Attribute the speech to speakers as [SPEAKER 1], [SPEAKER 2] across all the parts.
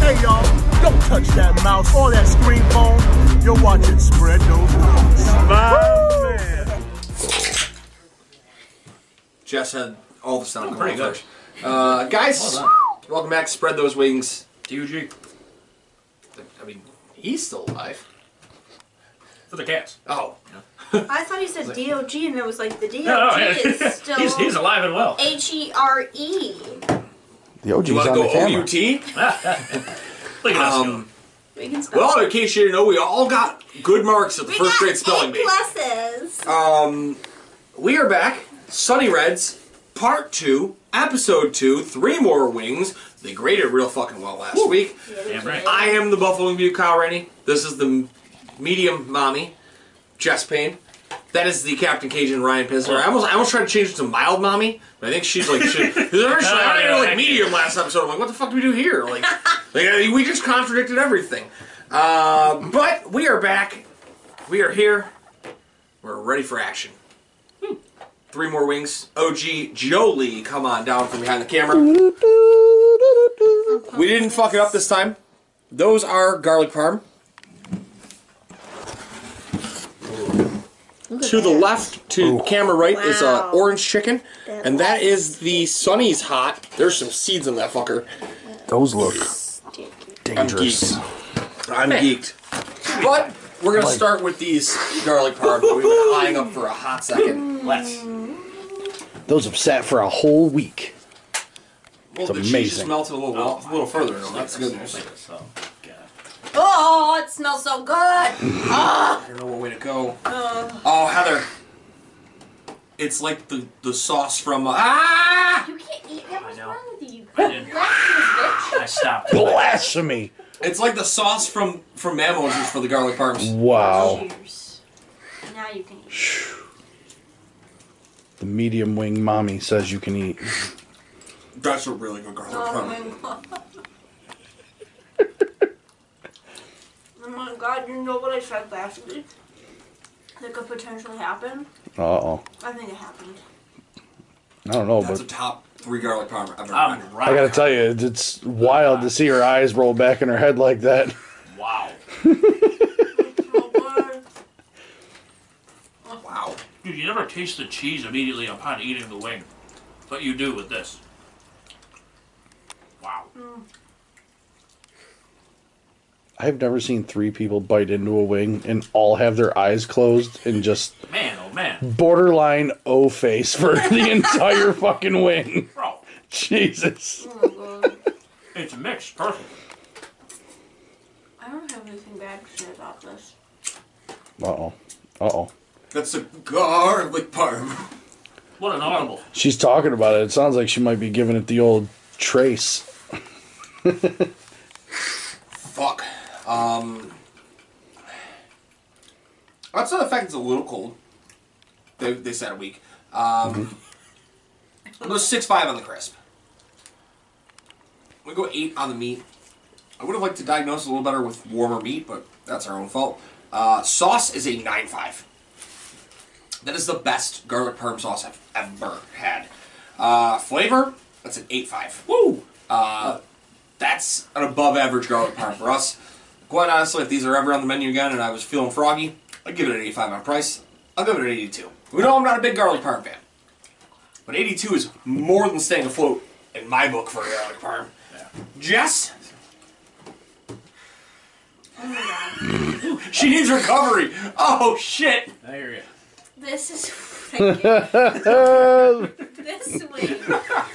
[SPEAKER 1] Hey y'all, don't touch that mouse or that screen phone. You're watching Spread Those Rules.
[SPEAKER 2] Jess had all the sound
[SPEAKER 3] Oh, pretty
[SPEAKER 2] going
[SPEAKER 3] good.
[SPEAKER 2] first. Uh, guys,
[SPEAKER 3] Well
[SPEAKER 2] welcome back. to Spread those wings.
[SPEAKER 3] DUG.
[SPEAKER 2] I mean, he's still alive.
[SPEAKER 3] For the cats.
[SPEAKER 2] Oh,
[SPEAKER 4] I thought he said DOG and it was like the DOG
[SPEAKER 3] No, no,
[SPEAKER 4] is still
[SPEAKER 3] Oh, he's, he's alive and well.
[SPEAKER 4] H E R E.
[SPEAKER 5] The OG's
[SPEAKER 2] you want to
[SPEAKER 5] on the
[SPEAKER 2] go
[SPEAKER 5] camera.
[SPEAKER 2] OUT?
[SPEAKER 3] Look at us go.
[SPEAKER 2] Um,
[SPEAKER 4] We can spell
[SPEAKER 2] well, in case you didn't know, we all got good marks at the
[SPEAKER 4] We
[SPEAKER 2] first
[SPEAKER 4] got
[SPEAKER 2] grade spelling
[SPEAKER 4] A
[SPEAKER 2] bee.
[SPEAKER 4] pluses.
[SPEAKER 2] We are back. Sunny Reds, part two, episode two, three more wings. They graded real fucking well last week.
[SPEAKER 3] Damn right.
[SPEAKER 2] I am the Buffalo View Kyle Rennie. This is the m- medium mommy, Jess Payne. That is the Captain Cajun Ryan Pinsler. I almost, I almost tried to change it to mild mommy, but I think she's like, she, she's like, I don't even like medium last episode. I'm like, what the fuck do we do here? Like, like, we just contradicted everything. Uh, but we are back. We are here. We're ready for action. Three more wings. OG Jolie, come on down from behind the camera. We didn't fuck it up this time. Those are garlic parm. To the left, to camera right, is uh,
[SPEAKER 4] Wow.
[SPEAKER 2] orange chicken, and that is the Sunny's hot. There's some seeds in that fucker.
[SPEAKER 5] Those look
[SPEAKER 3] Oh.
[SPEAKER 2] I'm
[SPEAKER 5] dangerous.
[SPEAKER 2] geeked. I'm geeked. But we're gonna start with these garlic parm that we've been eyeing up for a hot second.
[SPEAKER 3] Let's.
[SPEAKER 5] Those have sat for a whole week.
[SPEAKER 2] Well, the cheese just
[SPEAKER 5] amazing.
[SPEAKER 2] melted a little, a little further. though. That's good news.
[SPEAKER 3] So, God.
[SPEAKER 4] Oh, it smells so good.
[SPEAKER 2] I don't know what way to go.
[SPEAKER 4] Uh.
[SPEAKER 2] oh, Heather. It's like the, the sauce from. Uh, ah!
[SPEAKER 4] You can't eat that. What's
[SPEAKER 3] know.
[SPEAKER 4] wrong with you?
[SPEAKER 3] I did.
[SPEAKER 4] Lactose,
[SPEAKER 3] I stopped.
[SPEAKER 5] Blasphemy!
[SPEAKER 2] It's like the sauce from from Mammo's is for the garlic parms.
[SPEAKER 4] bitch.
[SPEAKER 5] Wow.
[SPEAKER 4] Cheers.
[SPEAKER 3] Oh.
[SPEAKER 4] Now you can eat.
[SPEAKER 5] The medium wing mommy says you can eat.
[SPEAKER 2] That's a really good garlic
[SPEAKER 4] Oh
[SPEAKER 2] parm.
[SPEAKER 4] my god. oh my god, you know what I said last week? That could potentially happen.
[SPEAKER 5] Uh oh.
[SPEAKER 4] I think it happened.
[SPEAKER 5] I don't know,
[SPEAKER 2] That's a
[SPEAKER 5] but
[SPEAKER 2] top three garlic parm I've ever
[SPEAKER 3] I'm
[SPEAKER 4] Um.
[SPEAKER 2] had.
[SPEAKER 3] right.
[SPEAKER 5] I gotta tell you, it's wild to see her eyes roll back in her head like that.
[SPEAKER 3] Wow.
[SPEAKER 4] Oh god.
[SPEAKER 2] Wow.
[SPEAKER 3] Dude, you never taste the cheese immediately upon eating the wing, but you do with this. Wow.
[SPEAKER 5] I've never seen three people bite into a wing and all have their eyes closed and just
[SPEAKER 3] Man, oh
[SPEAKER 5] Hmm.
[SPEAKER 3] man.
[SPEAKER 5] borderline O face for the entire fucking wing.
[SPEAKER 3] Bro,
[SPEAKER 5] Jesus.
[SPEAKER 4] Oh my god.
[SPEAKER 3] it's mixed perfect.
[SPEAKER 4] I don't have anything bad to say about this.
[SPEAKER 5] Uh oh. Uh oh.
[SPEAKER 2] That's a garlic parm.
[SPEAKER 3] What an audible.
[SPEAKER 5] She's talking about it. It sounds like she might be giving it the old trace.
[SPEAKER 2] Fuck. Um. Outside the fact it's a little cold. They, they said a week. Um. I'll go six five on the crisp. We go eight on the meat. I would have liked to diagnose a little better with warmer meat, but that's our own fault. Uh, sauce is a nine five. That is the best garlic parm sauce I've ever had. Uh, flavor, that's an eight five. Woo! Uh, that's an above average garlic parm for us. Quite honestly, if these are ever on the menu again and I was feeling froggy, I'd give it an 85 on price. I'll give it an 82. We know I'm not a big garlic parm fan, but 82 is more than staying afloat in my book for a garlic parm. Jess,
[SPEAKER 4] Oh my god.
[SPEAKER 2] she needs recovery. Oh shit!
[SPEAKER 3] I hear you.
[SPEAKER 6] This is thank you. this week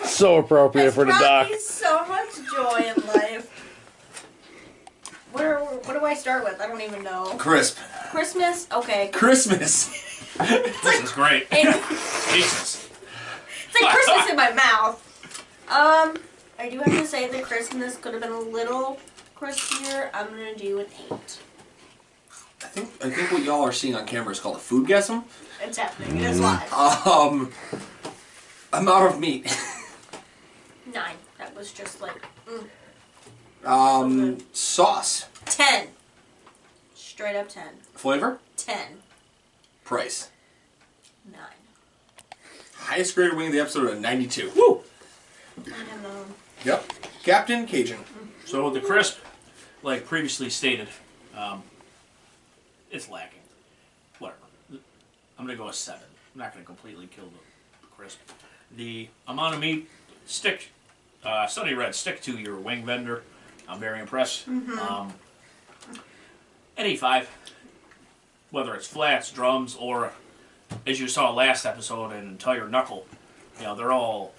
[SPEAKER 5] so appropriate
[SPEAKER 6] has
[SPEAKER 5] for the
[SPEAKER 6] brought
[SPEAKER 5] doc.
[SPEAKER 6] me so much joy in life. Where what do I start with? I don't even know.
[SPEAKER 2] Crisp.
[SPEAKER 6] Christmas, okay.
[SPEAKER 2] Christmas.
[SPEAKER 3] This is great.
[SPEAKER 6] It's,
[SPEAKER 3] Jesus.
[SPEAKER 6] it's like Christmas in my mouth. Um, I do have to say that Christmas could have been a little crispier. I'm gonna do an eight.
[SPEAKER 2] I think I think what y'all are seeing on camera is called a food gasm.
[SPEAKER 6] It's happening. It's
[SPEAKER 5] Mm.
[SPEAKER 6] live.
[SPEAKER 2] Um, amount of meat.
[SPEAKER 6] Nine. That was just like mm.
[SPEAKER 2] Um, sauce,
[SPEAKER 6] ten. Straight up ten.
[SPEAKER 2] flavor,
[SPEAKER 6] Ten.
[SPEAKER 2] price.
[SPEAKER 6] Nine.
[SPEAKER 2] Highest grade wing of the episode at 92. Woo!
[SPEAKER 6] I don't know.
[SPEAKER 2] Yep. Captain Cajun.
[SPEAKER 3] So the crisp, like previously stated, um, it's lacking. Whatever. I'm gonna go a seven. I'm not gonna completely kill the crisp. The amount of meat stick, uh, Sunny Red stick to your wing vendor. I'm very impressed. Um, any five, whether it's flats, drums, or as you saw last episode, an entire knuckle. You know they're all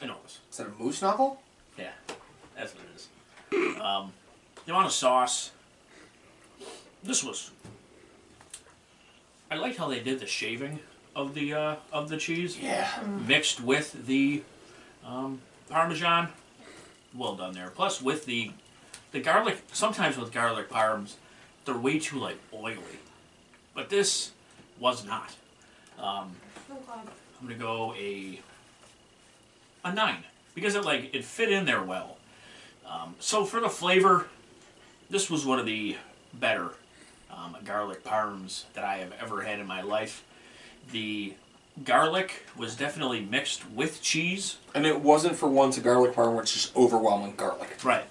[SPEAKER 3] enormous.
[SPEAKER 2] Is that a moose knuckle?
[SPEAKER 3] Yeah, that's what it is. Um, the amount of sauce. This was. I liked how they did the shaving of the uh, of the cheese
[SPEAKER 2] Yeah.
[SPEAKER 3] mixed with the um, parmesan. Well done there. Plus with the the garlic. Sometimes with garlic parms, they're way too like oily, but this was not. Um,
[SPEAKER 6] Oh god.
[SPEAKER 3] I'm gonna go a a nine because it like it fit in there well. Um, so for the flavor, this was one of the better um, garlic parms that I have ever had in my life. The garlic was definitely mixed with cheese.
[SPEAKER 2] And it wasn't for once a garlic parm where it's just overwhelming garlic.
[SPEAKER 3] Right.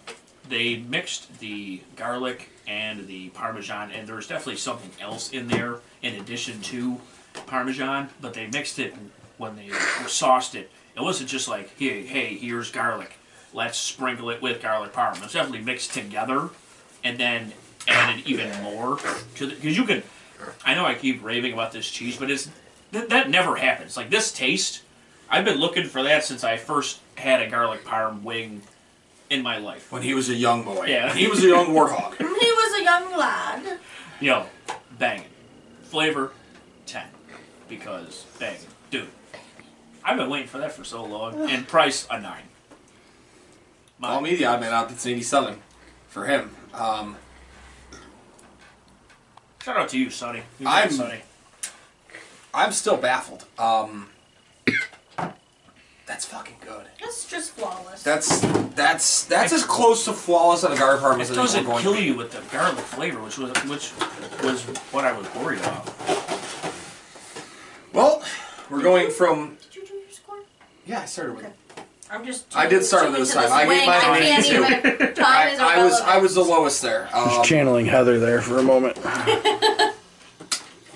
[SPEAKER 3] They mixed the garlic and the parmesan, and there's definitely something else in there in addition to parmesan, but they mixed it when they sauced it. It wasn't just like, hey, hey, here's garlic. Let's sprinkle it with garlic parm. It's definitely mixed together and then added even more to the. Because you can. I know I keep raving about this cheese, but it's th- that never happens. Like this taste, I've been looking for that since I first had a garlic parm wing in my life.
[SPEAKER 2] When he was a young boy.
[SPEAKER 3] Yeah.
[SPEAKER 2] He was a young warthog.
[SPEAKER 6] He was a young lad.
[SPEAKER 3] Yo, banging. Flavor, 10. Because, banging. Dude, I've been waiting for that for so long. And price, a 9. My-
[SPEAKER 2] Call me the odd man out. That's 87 for him. Um,
[SPEAKER 3] Shout out to you, Sonny. You
[SPEAKER 2] I'm-
[SPEAKER 3] got Sonny.
[SPEAKER 2] I'm still baffled. Um, that's fucking good.
[SPEAKER 6] It's just flawless.
[SPEAKER 2] That's that's that's as close to flawless on a garlic parm as
[SPEAKER 3] It
[SPEAKER 2] I think we're
[SPEAKER 3] doesn't
[SPEAKER 2] going
[SPEAKER 3] kill
[SPEAKER 2] to be.
[SPEAKER 3] you with the garlic flavor, which was which was what I was worried about.
[SPEAKER 2] Well, we're going from
[SPEAKER 6] did you do your score?
[SPEAKER 2] yeah. I started with.
[SPEAKER 6] I'm just.
[SPEAKER 2] I did start with this time. I gave mine
[SPEAKER 6] I
[SPEAKER 2] an
[SPEAKER 6] can't
[SPEAKER 2] 82.
[SPEAKER 6] even. Time
[SPEAKER 2] I,
[SPEAKER 6] is
[SPEAKER 2] I was I
[SPEAKER 6] irrelevant.
[SPEAKER 2] was the lowest there. Um,
[SPEAKER 5] Just channeling Heather there for a moment.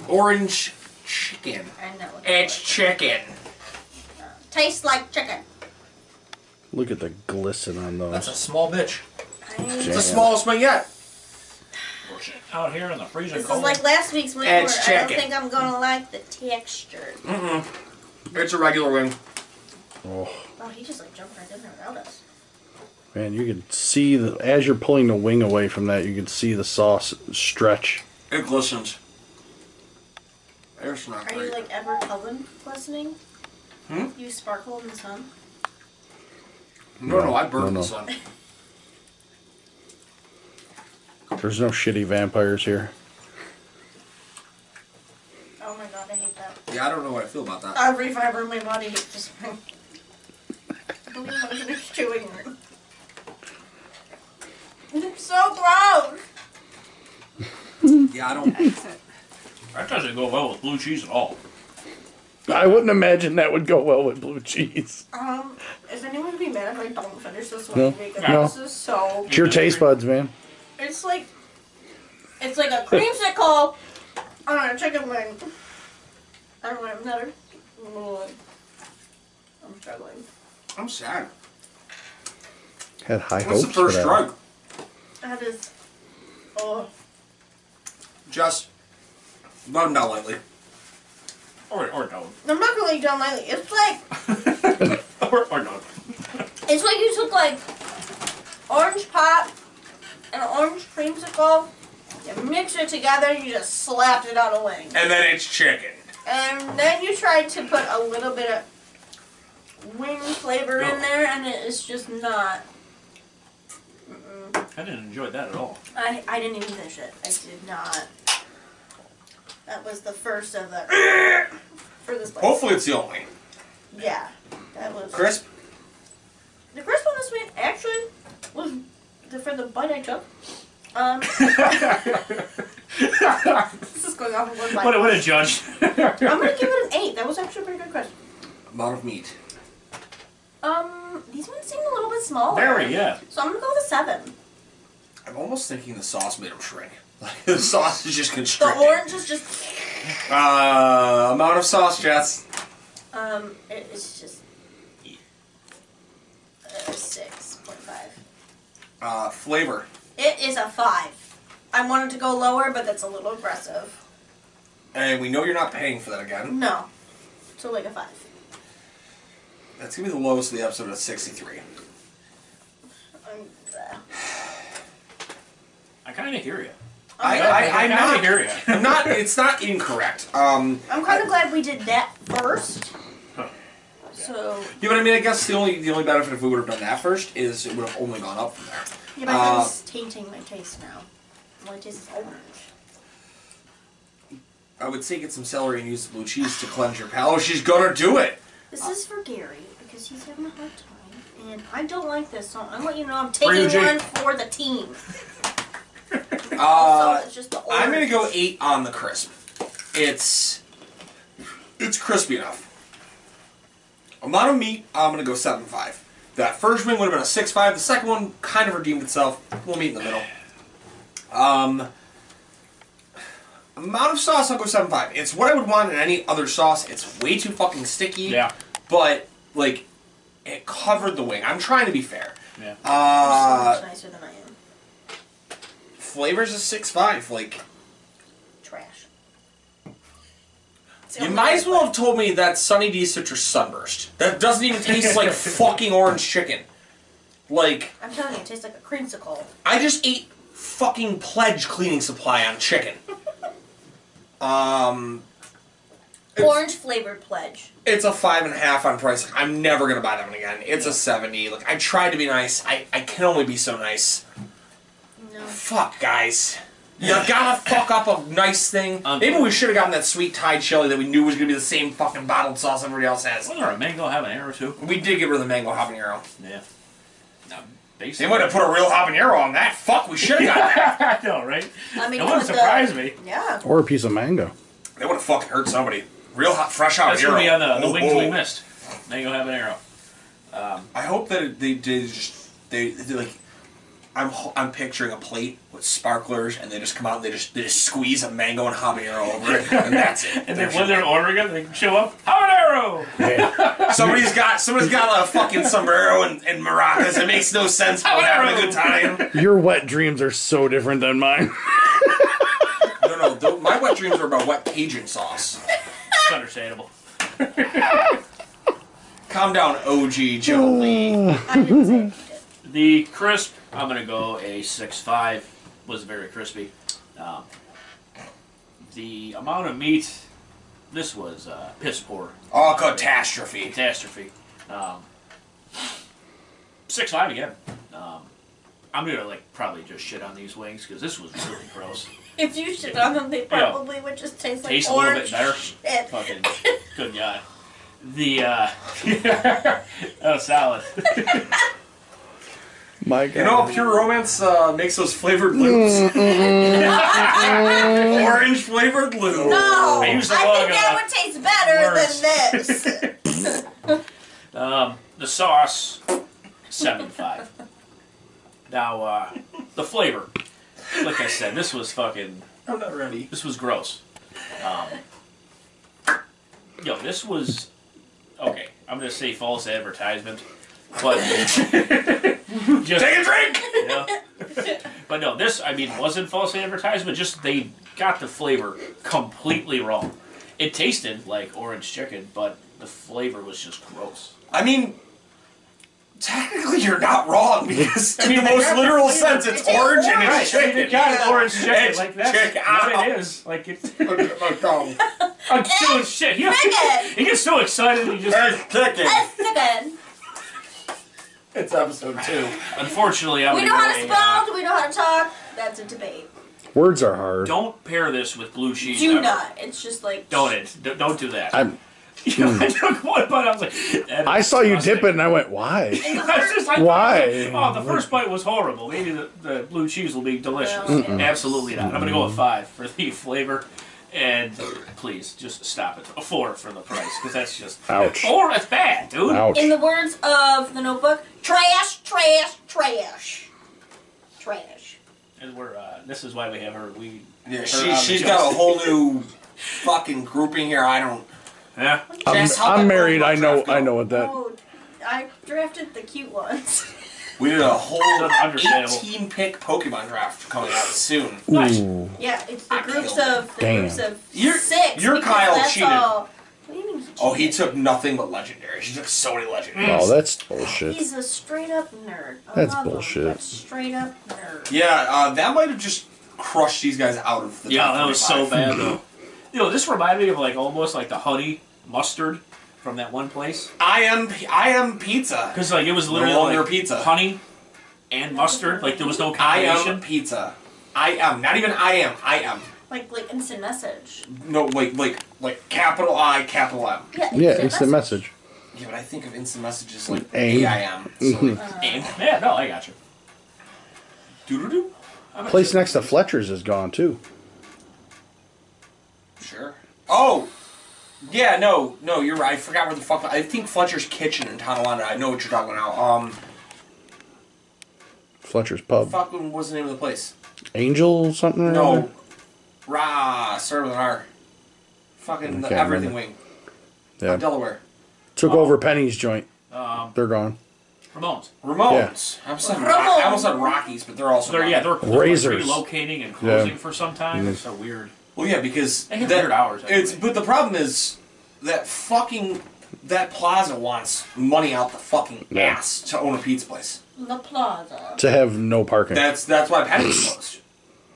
[SPEAKER 2] orange chicken.
[SPEAKER 6] I know.
[SPEAKER 2] It's chicken.
[SPEAKER 6] Tastes like chicken.
[SPEAKER 5] Look at the glisten on
[SPEAKER 2] That's
[SPEAKER 5] those.
[SPEAKER 2] a small bitch.
[SPEAKER 6] I,
[SPEAKER 5] Jam.
[SPEAKER 2] It's the smallest one yet.
[SPEAKER 3] Out here in the freezing
[SPEAKER 6] this is
[SPEAKER 3] cold.
[SPEAKER 6] like last week's wing.
[SPEAKER 2] It's
[SPEAKER 6] where I don't
[SPEAKER 2] chicken.
[SPEAKER 6] think I'm gonna like the texture.
[SPEAKER 2] It's a regular wing.
[SPEAKER 5] Oh,
[SPEAKER 6] Oh, he just like jumped right in there without us.
[SPEAKER 5] man, you can see the as you're pulling the wing away from that, you can see the sauce stretch.
[SPEAKER 2] It glistens. It's not
[SPEAKER 6] Are
[SPEAKER 2] great.
[SPEAKER 6] you like ever Cullen listening?
[SPEAKER 2] Hmm?
[SPEAKER 6] You sparkle in the sun.
[SPEAKER 2] no, no, I burned
[SPEAKER 5] No, no.
[SPEAKER 2] this one.
[SPEAKER 5] There's no shitty vampires here.
[SPEAKER 6] Oh my god, I hate that.
[SPEAKER 2] Yeah, I don't know what I feel about that.
[SPEAKER 6] Every fiber in my body hates this thing. I'm just chewing it. It's so gross.
[SPEAKER 2] Yeah, I don't.
[SPEAKER 3] that doesn't go well with blue cheese at all.
[SPEAKER 5] I wouldn't imagine that would go well with blue cheese.
[SPEAKER 6] Um, is anyone gonna be mad if I don't finish this
[SPEAKER 5] No.
[SPEAKER 6] one? Because
[SPEAKER 5] No.
[SPEAKER 6] this is so.
[SPEAKER 5] It's your taste buds, man.
[SPEAKER 6] It's like, it's like a creamsicle on a chicken wing. I don't want better. I'm struggling.
[SPEAKER 2] I'm sad.
[SPEAKER 5] Had high
[SPEAKER 2] What's
[SPEAKER 5] hopes.
[SPEAKER 2] the first
[SPEAKER 5] for that.
[SPEAKER 2] drug?
[SPEAKER 6] That is. Oh,
[SPEAKER 2] Just let him down lightly.
[SPEAKER 3] Or, or no.
[SPEAKER 6] I'm not gonna let you down lightly. It's like
[SPEAKER 3] Or, or no.
[SPEAKER 6] it's like you took like orange pop and orange creamsicle, you mixed it together, and you just slapped it on a wing.
[SPEAKER 7] And then it's chicken.
[SPEAKER 6] And then you tried to put a little bit of wing flavor in there, and it is just not. Mm-mm.
[SPEAKER 3] I didn't enjoy that at all.
[SPEAKER 6] I, I didn't even finish it. I did not. That was the first of the. for this place.
[SPEAKER 2] Hopefully, it's the only.
[SPEAKER 6] Yeah. That was.
[SPEAKER 2] Crisp.
[SPEAKER 6] The first one this week actually was the, for the bite I took. Um,
[SPEAKER 3] what,
[SPEAKER 6] this is going off of one bite.
[SPEAKER 3] a- what a judge.
[SPEAKER 6] I'm gonna give it an eight. That was actually a pretty good crisp.
[SPEAKER 2] Amount of meat.
[SPEAKER 6] Um, these ones seem a little bit smaller.
[SPEAKER 3] Very, yeah.
[SPEAKER 6] So I'm gonna go with a seven.
[SPEAKER 2] I'm almost thinking the sauce made him shrink. Like the sauce is just
[SPEAKER 6] The
[SPEAKER 2] constricted.
[SPEAKER 6] orange is just.
[SPEAKER 2] Uh, amount of sauce, Jess.
[SPEAKER 6] Um, it, it's just. Uh, six point five.
[SPEAKER 2] Uh, flavor.
[SPEAKER 6] It is a five. I wanted to go lower, but that's a little aggressive.
[SPEAKER 2] And we know you're not paying for that again.
[SPEAKER 6] No. So like a five.
[SPEAKER 2] That's gonna be the lowest of the episode at 63.
[SPEAKER 6] Um, uh,
[SPEAKER 3] I kind of hear you.
[SPEAKER 2] I, I, I'm
[SPEAKER 3] kinda
[SPEAKER 2] not.
[SPEAKER 3] hear you.
[SPEAKER 2] I'm not. It's not incorrect. Um,
[SPEAKER 6] I'm
[SPEAKER 3] Uh,
[SPEAKER 6] kind of glad we did that first. So,
[SPEAKER 2] you know what I mean? I guess the only the only benefit if we would have done that first is it would have only gone up from there.
[SPEAKER 6] yeah,
[SPEAKER 2] my
[SPEAKER 6] my
[SPEAKER 2] Uh, friend's
[SPEAKER 6] friend's tainting my taste now. My taste is orange.
[SPEAKER 2] I would say get some celery and use the blue cheese to cleanse your palate. Oh, She's gonna do it.
[SPEAKER 6] This is for Gary because he's having a hard time, and I don't like this. So I'm letting you know I'm
[SPEAKER 3] Bring
[SPEAKER 6] taking
[SPEAKER 3] your
[SPEAKER 6] one
[SPEAKER 3] Jake.
[SPEAKER 6] for the team.
[SPEAKER 2] Uh,
[SPEAKER 6] so it's just the orange.
[SPEAKER 2] I'm gonna go eight on the crisp. It's it's crispy enough. Amount of meat, I'm gonna go seven five. That first wing would have been a six five. The second one kind of redeemed itself. We'll meet in the middle. Um, amount of sauce, I'll go seven five. It's what I would want in any other sauce. It's way too fucking sticky.
[SPEAKER 3] Yeah.
[SPEAKER 2] But like, it covered the wing. I'm trying to be fair.
[SPEAKER 3] Yeah.
[SPEAKER 6] So
[SPEAKER 2] Uh,
[SPEAKER 6] much nicer than I am.
[SPEAKER 2] flavors a six five. Like.
[SPEAKER 6] Trash. It's the
[SPEAKER 2] You
[SPEAKER 6] only
[SPEAKER 2] might
[SPEAKER 6] way
[SPEAKER 2] as well have told me that Sunny D citrus sunburst. That doesn't even taste like fucking orange chicken. Like,
[SPEAKER 6] I'm telling you, it tastes like a creamsicle.
[SPEAKER 2] I just ate fucking pledge cleaning supply on chicken. Um, It's-
[SPEAKER 6] Orange flavored pledge.
[SPEAKER 2] it's a five and a half on price. Like, I'm never gonna buy that one again. It's a 70. Like, I tried to be nice. I, I can only be so nice.
[SPEAKER 6] No.
[SPEAKER 2] Fuck, guys. You gotta fuck up a nice thing.
[SPEAKER 3] Um,
[SPEAKER 2] Maybe we should have gotten that sweet Thai chili that we knew was gonna be the same fucking bottled sauce everybody else has.
[SPEAKER 3] Wasn't there a mango habanero too?
[SPEAKER 2] We did get rid of the mango habanero.
[SPEAKER 3] Yeah. No,
[SPEAKER 2] They would have put a real habanero on that. Fuck, we should have Oh, got that.
[SPEAKER 3] I know, right?
[SPEAKER 6] I mean,
[SPEAKER 3] It
[SPEAKER 6] you
[SPEAKER 3] wouldn't
[SPEAKER 6] put the-
[SPEAKER 3] surprise me.
[SPEAKER 6] Yeah.
[SPEAKER 5] Or a piece of mango.
[SPEAKER 2] They would have fucking hurt somebody. Real hot, fresh habanero.
[SPEAKER 3] That's gonna be on the, the
[SPEAKER 2] Oh,
[SPEAKER 3] wings we
[SPEAKER 2] oh.
[SPEAKER 3] missed. Mango habanero.
[SPEAKER 2] I hope that they did just they they like. I'm ho- I'm picturing a plate with sparklers, and they just come out and they just they just squeeze a mango and habanero over it, and that's it.
[SPEAKER 3] And then when they're ordering it, they show up habanero.
[SPEAKER 2] somebody's got somebody's got a fucking sombrero and, and maracas. It makes no sense. But we're having a good time.
[SPEAKER 5] Your wet dreams are so different than mine.
[SPEAKER 2] No, no, th- my wet dreams were about wet Cajun sauce.
[SPEAKER 3] It's understandable.
[SPEAKER 2] Calm down, OG Joe Lee.
[SPEAKER 6] I didn't say it.
[SPEAKER 3] The crisp, I'm gonna go a six five. Was very crispy. Um, the amount of meat, this was uh, piss poor.
[SPEAKER 2] Oh, catastrophe.
[SPEAKER 3] catastrophe. Um, six five again. Um, I'm gonna like probably just shit on these wings because this was really gross.
[SPEAKER 6] If you shit on them, they probably would just taste like
[SPEAKER 3] Tastes a little
[SPEAKER 6] orange.
[SPEAKER 3] bit better.
[SPEAKER 6] shit.
[SPEAKER 3] Fucking good guy. The uh, oh salad.
[SPEAKER 5] My
[SPEAKER 2] You know,
[SPEAKER 5] God.
[SPEAKER 2] pure romance uh, makes those flavored
[SPEAKER 5] Mm,
[SPEAKER 2] loops. Orange flavored loop.
[SPEAKER 6] No,
[SPEAKER 3] I
[SPEAKER 6] I,
[SPEAKER 3] used the
[SPEAKER 6] think
[SPEAKER 3] wrong,
[SPEAKER 6] that
[SPEAKER 3] uh,
[SPEAKER 6] would taste better
[SPEAKER 3] words.
[SPEAKER 6] than this.
[SPEAKER 3] Um, the sauce, seventy five. Now uh, the flavor. Like I said, this was fucking.
[SPEAKER 2] I'm not ready.
[SPEAKER 3] This was gross. Um, yo, this was okay. I'm gonna say false advertisement, but just
[SPEAKER 2] Take a drink.
[SPEAKER 3] you know? but no, this I mean wasn't false advertisement. Just they got the flavor completely wrong. It tasted like orange chicken, but the flavor was just gross.
[SPEAKER 2] I mean, technically you're not wrong because in the most literal sense, it's
[SPEAKER 6] It's
[SPEAKER 2] orange and
[SPEAKER 6] orange.
[SPEAKER 2] it's chicken.
[SPEAKER 7] It got an orange chicken.
[SPEAKER 2] It's
[SPEAKER 7] like that's
[SPEAKER 2] chicken.
[SPEAKER 7] what it is. Like it's. I'm
[SPEAKER 6] so-
[SPEAKER 7] shit. He,
[SPEAKER 6] chicken.
[SPEAKER 7] gets so excited. He just.
[SPEAKER 2] It's chicken.
[SPEAKER 6] That's chicken.
[SPEAKER 2] It's episode two.
[SPEAKER 3] Unfortunately, I
[SPEAKER 6] We
[SPEAKER 3] would
[SPEAKER 6] know how to
[SPEAKER 3] really,
[SPEAKER 6] spell.
[SPEAKER 3] uh,
[SPEAKER 6] Do we know how to talk? That's a debate.
[SPEAKER 5] Words are hard.
[SPEAKER 3] Don't pair this with blue cheese.
[SPEAKER 6] Do
[SPEAKER 3] ever.
[SPEAKER 6] not. It's just like.
[SPEAKER 3] Don't it. D- don't do that.
[SPEAKER 5] I'm,
[SPEAKER 7] You know, I took one bite. I was like. that is
[SPEAKER 5] I saw you
[SPEAKER 7] disgusting.
[SPEAKER 5] dip it and I went, why?
[SPEAKER 7] I was just like,
[SPEAKER 5] Why?
[SPEAKER 7] Oh, the first bite was horrible. Maybe the, the blue cheese will be delicious.
[SPEAKER 6] No, Mm-mm.
[SPEAKER 7] Absolutely not. I'm gonna go with five for the flavor, and please just stop it. A four for the price because that's just
[SPEAKER 5] Ouch.
[SPEAKER 7] four. That's bad, dude.
[SPEAKER 5] Ouch.
[SPEAKER 6] In the words of the Notebook, trash, trash, trash, trash.
[SPEAKER 7] And we're uh, this is why we have her. We
[SPEAKER 2] Yeah,
[SPEAKER 7] her um,
[SPEAKER 2] she,
[SPEAKER 7] on the
[SPEAKER 2] she's
[SPEAKER 7] show.
[SPEAKER 2] got a whole new fucking grouping here. I don't.
[SPEAKER 7] Yeah.
[SPEAKER 5] I'm,
[SPEAKER 2] Jess, how'd that
[SPEAKER 5] I'm married.
[SPEAKER 2] Goldberg
[SPEAKER 5] I know.
[SPEAKER 2] draft go?
[SPEAKER 5] I know what that.
[SPEAKER 6] Oh, I drafted the cute ones.
[SPEAKER 2] We did a whole
[SPEAKER 7] Understandable.
[SPEAKER 2] 18 pick Pokemon draft coming out soon.
[SPEAKER 7] Nice.
[SPEAKER 5] Ooh.
[SPEAKER 6] yeah, it's the
[SPEAKER 2] I
[SPEAKER 6] groups
[SPEAKER 2] killed
[SPEAKER 6] of the
[SPEAKER 5] Damn.
[SPEAKER 6] groups of
[SPEAKER 2] You're-
[SPEAKER 6] six.
[SPEAKER 2] you're
[SPEAKER 6] because
[SPEAKER 2] Kyle
[SPEAKER 6] that's
[SPEAKER 2] cheated.
[SPEAKER 6] All. What do you mean? He
[SPEAKER 2] Oh, he
[SPEAKER 6] cheated?
[SPEAKER 2] took nothing but legendary. She took so many legendaries.
[SPEAKER 5] Oh, that's bullshit.
[SPEAKER 6] He's a straight up nerd. I
[SPEAKER 5] That's
[SPEAKER 6] love him,
[SPEAKER 5] bullshit.
[SPEAKER 6] but straight up nerd.
[SPEAKER 2] Yeah, uh, that might have just crushed these guys out of the.
[SPEAKER 7] Yeah,
[SPEAKER 2] top
[SPEAKER 7] that was so
[SPEAKER 2] 45.
[SPEAKER 7] bad though. You know, this reminded me of like almost like the honey mustard from that one place
[SPEAKER 2] I am, I am pizza.
[SPEAKER 7] because like it was literally
[SPEAKER 2] longer
[SPEAKER 7] like
[SPEAKER 2] pizza.
[SPEAKER 7] honey and mustard. Like there was no
[SPEAKER 2] I
[SPEAKER 7] combination.
[SPEAKER 2] am pizza. I am. Not even I am. I am.
[SPEAKER 6] Like like instant message.
[SPEAKER 2] No, like, like, like, capital I, capital M.
[SPEAKER 6] Yeah,
[SPEAKER 5] Yeah, instant message.
[SPEAKER 2] Yeah, but I think of instant messages like
[SPEAKER 5] Aim.
[SPEAKER 2] AIM. So like, aim.
[SPEAKER 7] Yeah, no, I got you.
[SPEAKER 2] Doo-doo-doo.
[SPEAKER 5] Place next to Fletcher's is gone too.
[SPEAKER 2] Sure. Oh! Yeah, no, no, you're right. I forgot where the fuck. I think Fletcher's Kitchen in Tonawanda. I know what you're talking about. Um,
[SPEAKER 5] Fletcher's pub.
[SPEAKER 2] fuck, what was the name of the place?
[SPEAKER 5] Angel something. or
[SPEAKER 2] No.
[SPEAKER 5] other?
[SPEAKER 2] Rah, started with an R. Fucking the
[SPEAKER 5] Okay, I
[SPEAKER 2] everything
[SPEAKER 5] remember.
[SPEAKER 2] wing.
[SPEAKER 5] Yeah.
[SPEAKER 2] Delaware.
[SPEAKER 5] Took over Penny's joint.
[SPEAKER 7] Um,
[SPEAKER 5] They're gone.
[SPEAKER 7] Ramones.
[SPEAKER 2] Ramones. I, almost said Ro- I almost said Rockies, but they're also.
[SPEAKER 7] They're yeah, they're, they're
[SPEAKER 5] Razors.
[SPEAKER 7] relocating and closing
[SPEAKER 5] Yeah.
[SPEAKER 7] for some time.
[SPEAKER 5] Mhm.
[SPEAKER 7] It's so weird.
[SPEAKER 2] Well, yeah, because
[SPEAKER 7] They have weird hours, I
[SPEAKER 2] It's
[SPEAKER 7] believe.
[SPEAKER 2] but the problem is that fucking that plaza wants money out the fucking
[SPEAKER 5] Yeah.
[SPEAKER 2] ass to own a pizza place.
[SPEAKER 6] The plaza.
[SPEAKER 5] To have no parking.
[SPEAKER 2] That's that's why Penny's closed.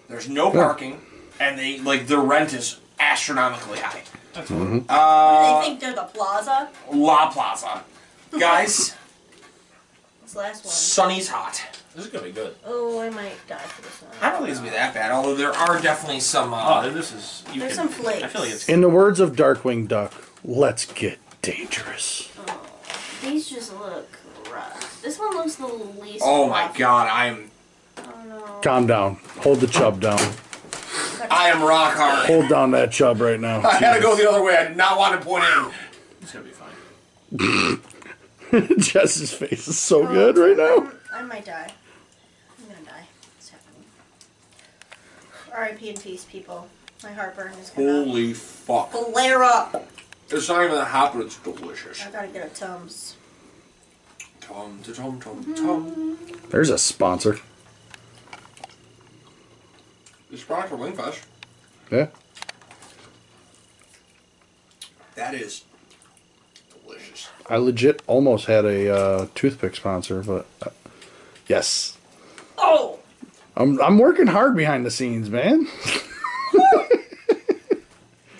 [SPEAKER 2] There's no parking, and they like their rent is astronomically high.
[SPEAKER 7] That's
[SPEAKER 2] Uh,
[SPEAKER 6] they think they're the plaza.
[SPEAKER 2] La Plaza, guys,
[SPEAKER 6] This last one.
[SPEAKER 2] Sunny's hot.
[SPEAKER 3] This is gonna be good.
[SPEAKER 6] Oh, I might die for this
[SPEAKER 2] I
[SPEAKER 6] one.
[SPEAKER 2] don't think it's gonna be that bad. Although there are definitely some.
[SPEAKER 7] Oh,
[SPEAKER 2] Uh,
[SPEAKER 7] then this is. You
[SPEAKER 6] There's
[SPEAKER 7] can,
[SPEAKER 6] some flakes.
[SPEAKER 7] I feel like it's.
[SPEAKER 5] In the words of Darkwing Duck, let's get dangerous.
[SPEAKER 6] Oh, these just look rough. This one looks the least.
[SPEAKER 2] oh my
[SPEAKER 6] rough.
[SPEAKER 2] god, I'm
[SPEAKER 6] Oh no.
[SPEAKER 5] Calm down. Hold the chub down.
[SPEAKER 2] I am rock hard.
[SPEAKER 5] Hold down that chub right now.
[SPEAKER 2] I had to go the other way. I did not want to point in.
[SPEAKER 7] It's gonna be fine.
[SPEAKER 5] Jess's face is so good right now.
[SPEAKER 6] I might die. I'm gonna die. It's happening. R.I.P. in peace, people. My heartburn is gonna
[SPEAKER 2] Holy fuck!
[SPEAKER 6] flare up.
[SPEAKER 2] It's not even hot, but it's delicious.
[SPEAKER 6] I gotta get a Tums.
[SPEAKER 2] Tom, to Tom, Tom, Tom.
[SPEAKER 5] There's a sponsor.
[SPEAKER 2] This product for Wingfish.
[SPEAKER 5] Yeah.
[SPEAKER 2] That is delicious.
[SPEAKER 5] I legit almost had a uh, toothpick sponsor, but uh, yes.
[SPEAKER 6] Oh!
[SPEAKER 5] I'm, I'm working hard behind the scenes, man.
[SPEAKER 2] I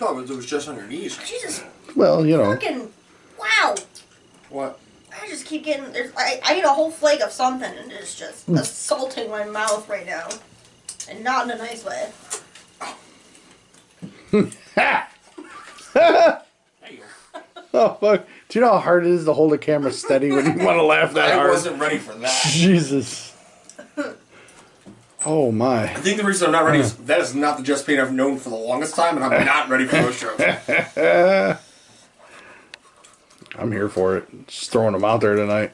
[SPEAKER 2] thought it was just on your knees.
[SPEAKER 6] Jesus
[SPEAKER 5] Well, you know.
[SPEAKER 6] fucking. Wow!
[SPEAKER 2] What?
[SPEAKER 6] I just keep getting. There's, I, I eat a whole flake of something and it's just
[SPEAKER 5] Hmm.
[SPEAKER 6] assaulting my mouth right now. And not in a nice way.
[SPEAKER 5] Ha!
[SPEAKER 7] There you go.
[SPEAKER 5] Oh, fuck. Do you know how hard it is to hold a camera steady when you want to laugh that
[SPEAKER 2] I
[SPEAKER 5] hard?
[SPEAKER 2] wasn't ready for that.
[SPEAKER 5] Jesus. Oh, my.
[SPEAKER 2] I think the reason I'm not ready is that is not the Just Pain I've known for the longest time, and I'm not ready for those jokes.
[SPEAKER 5] I'm here for it. Just throwing them out there tonight.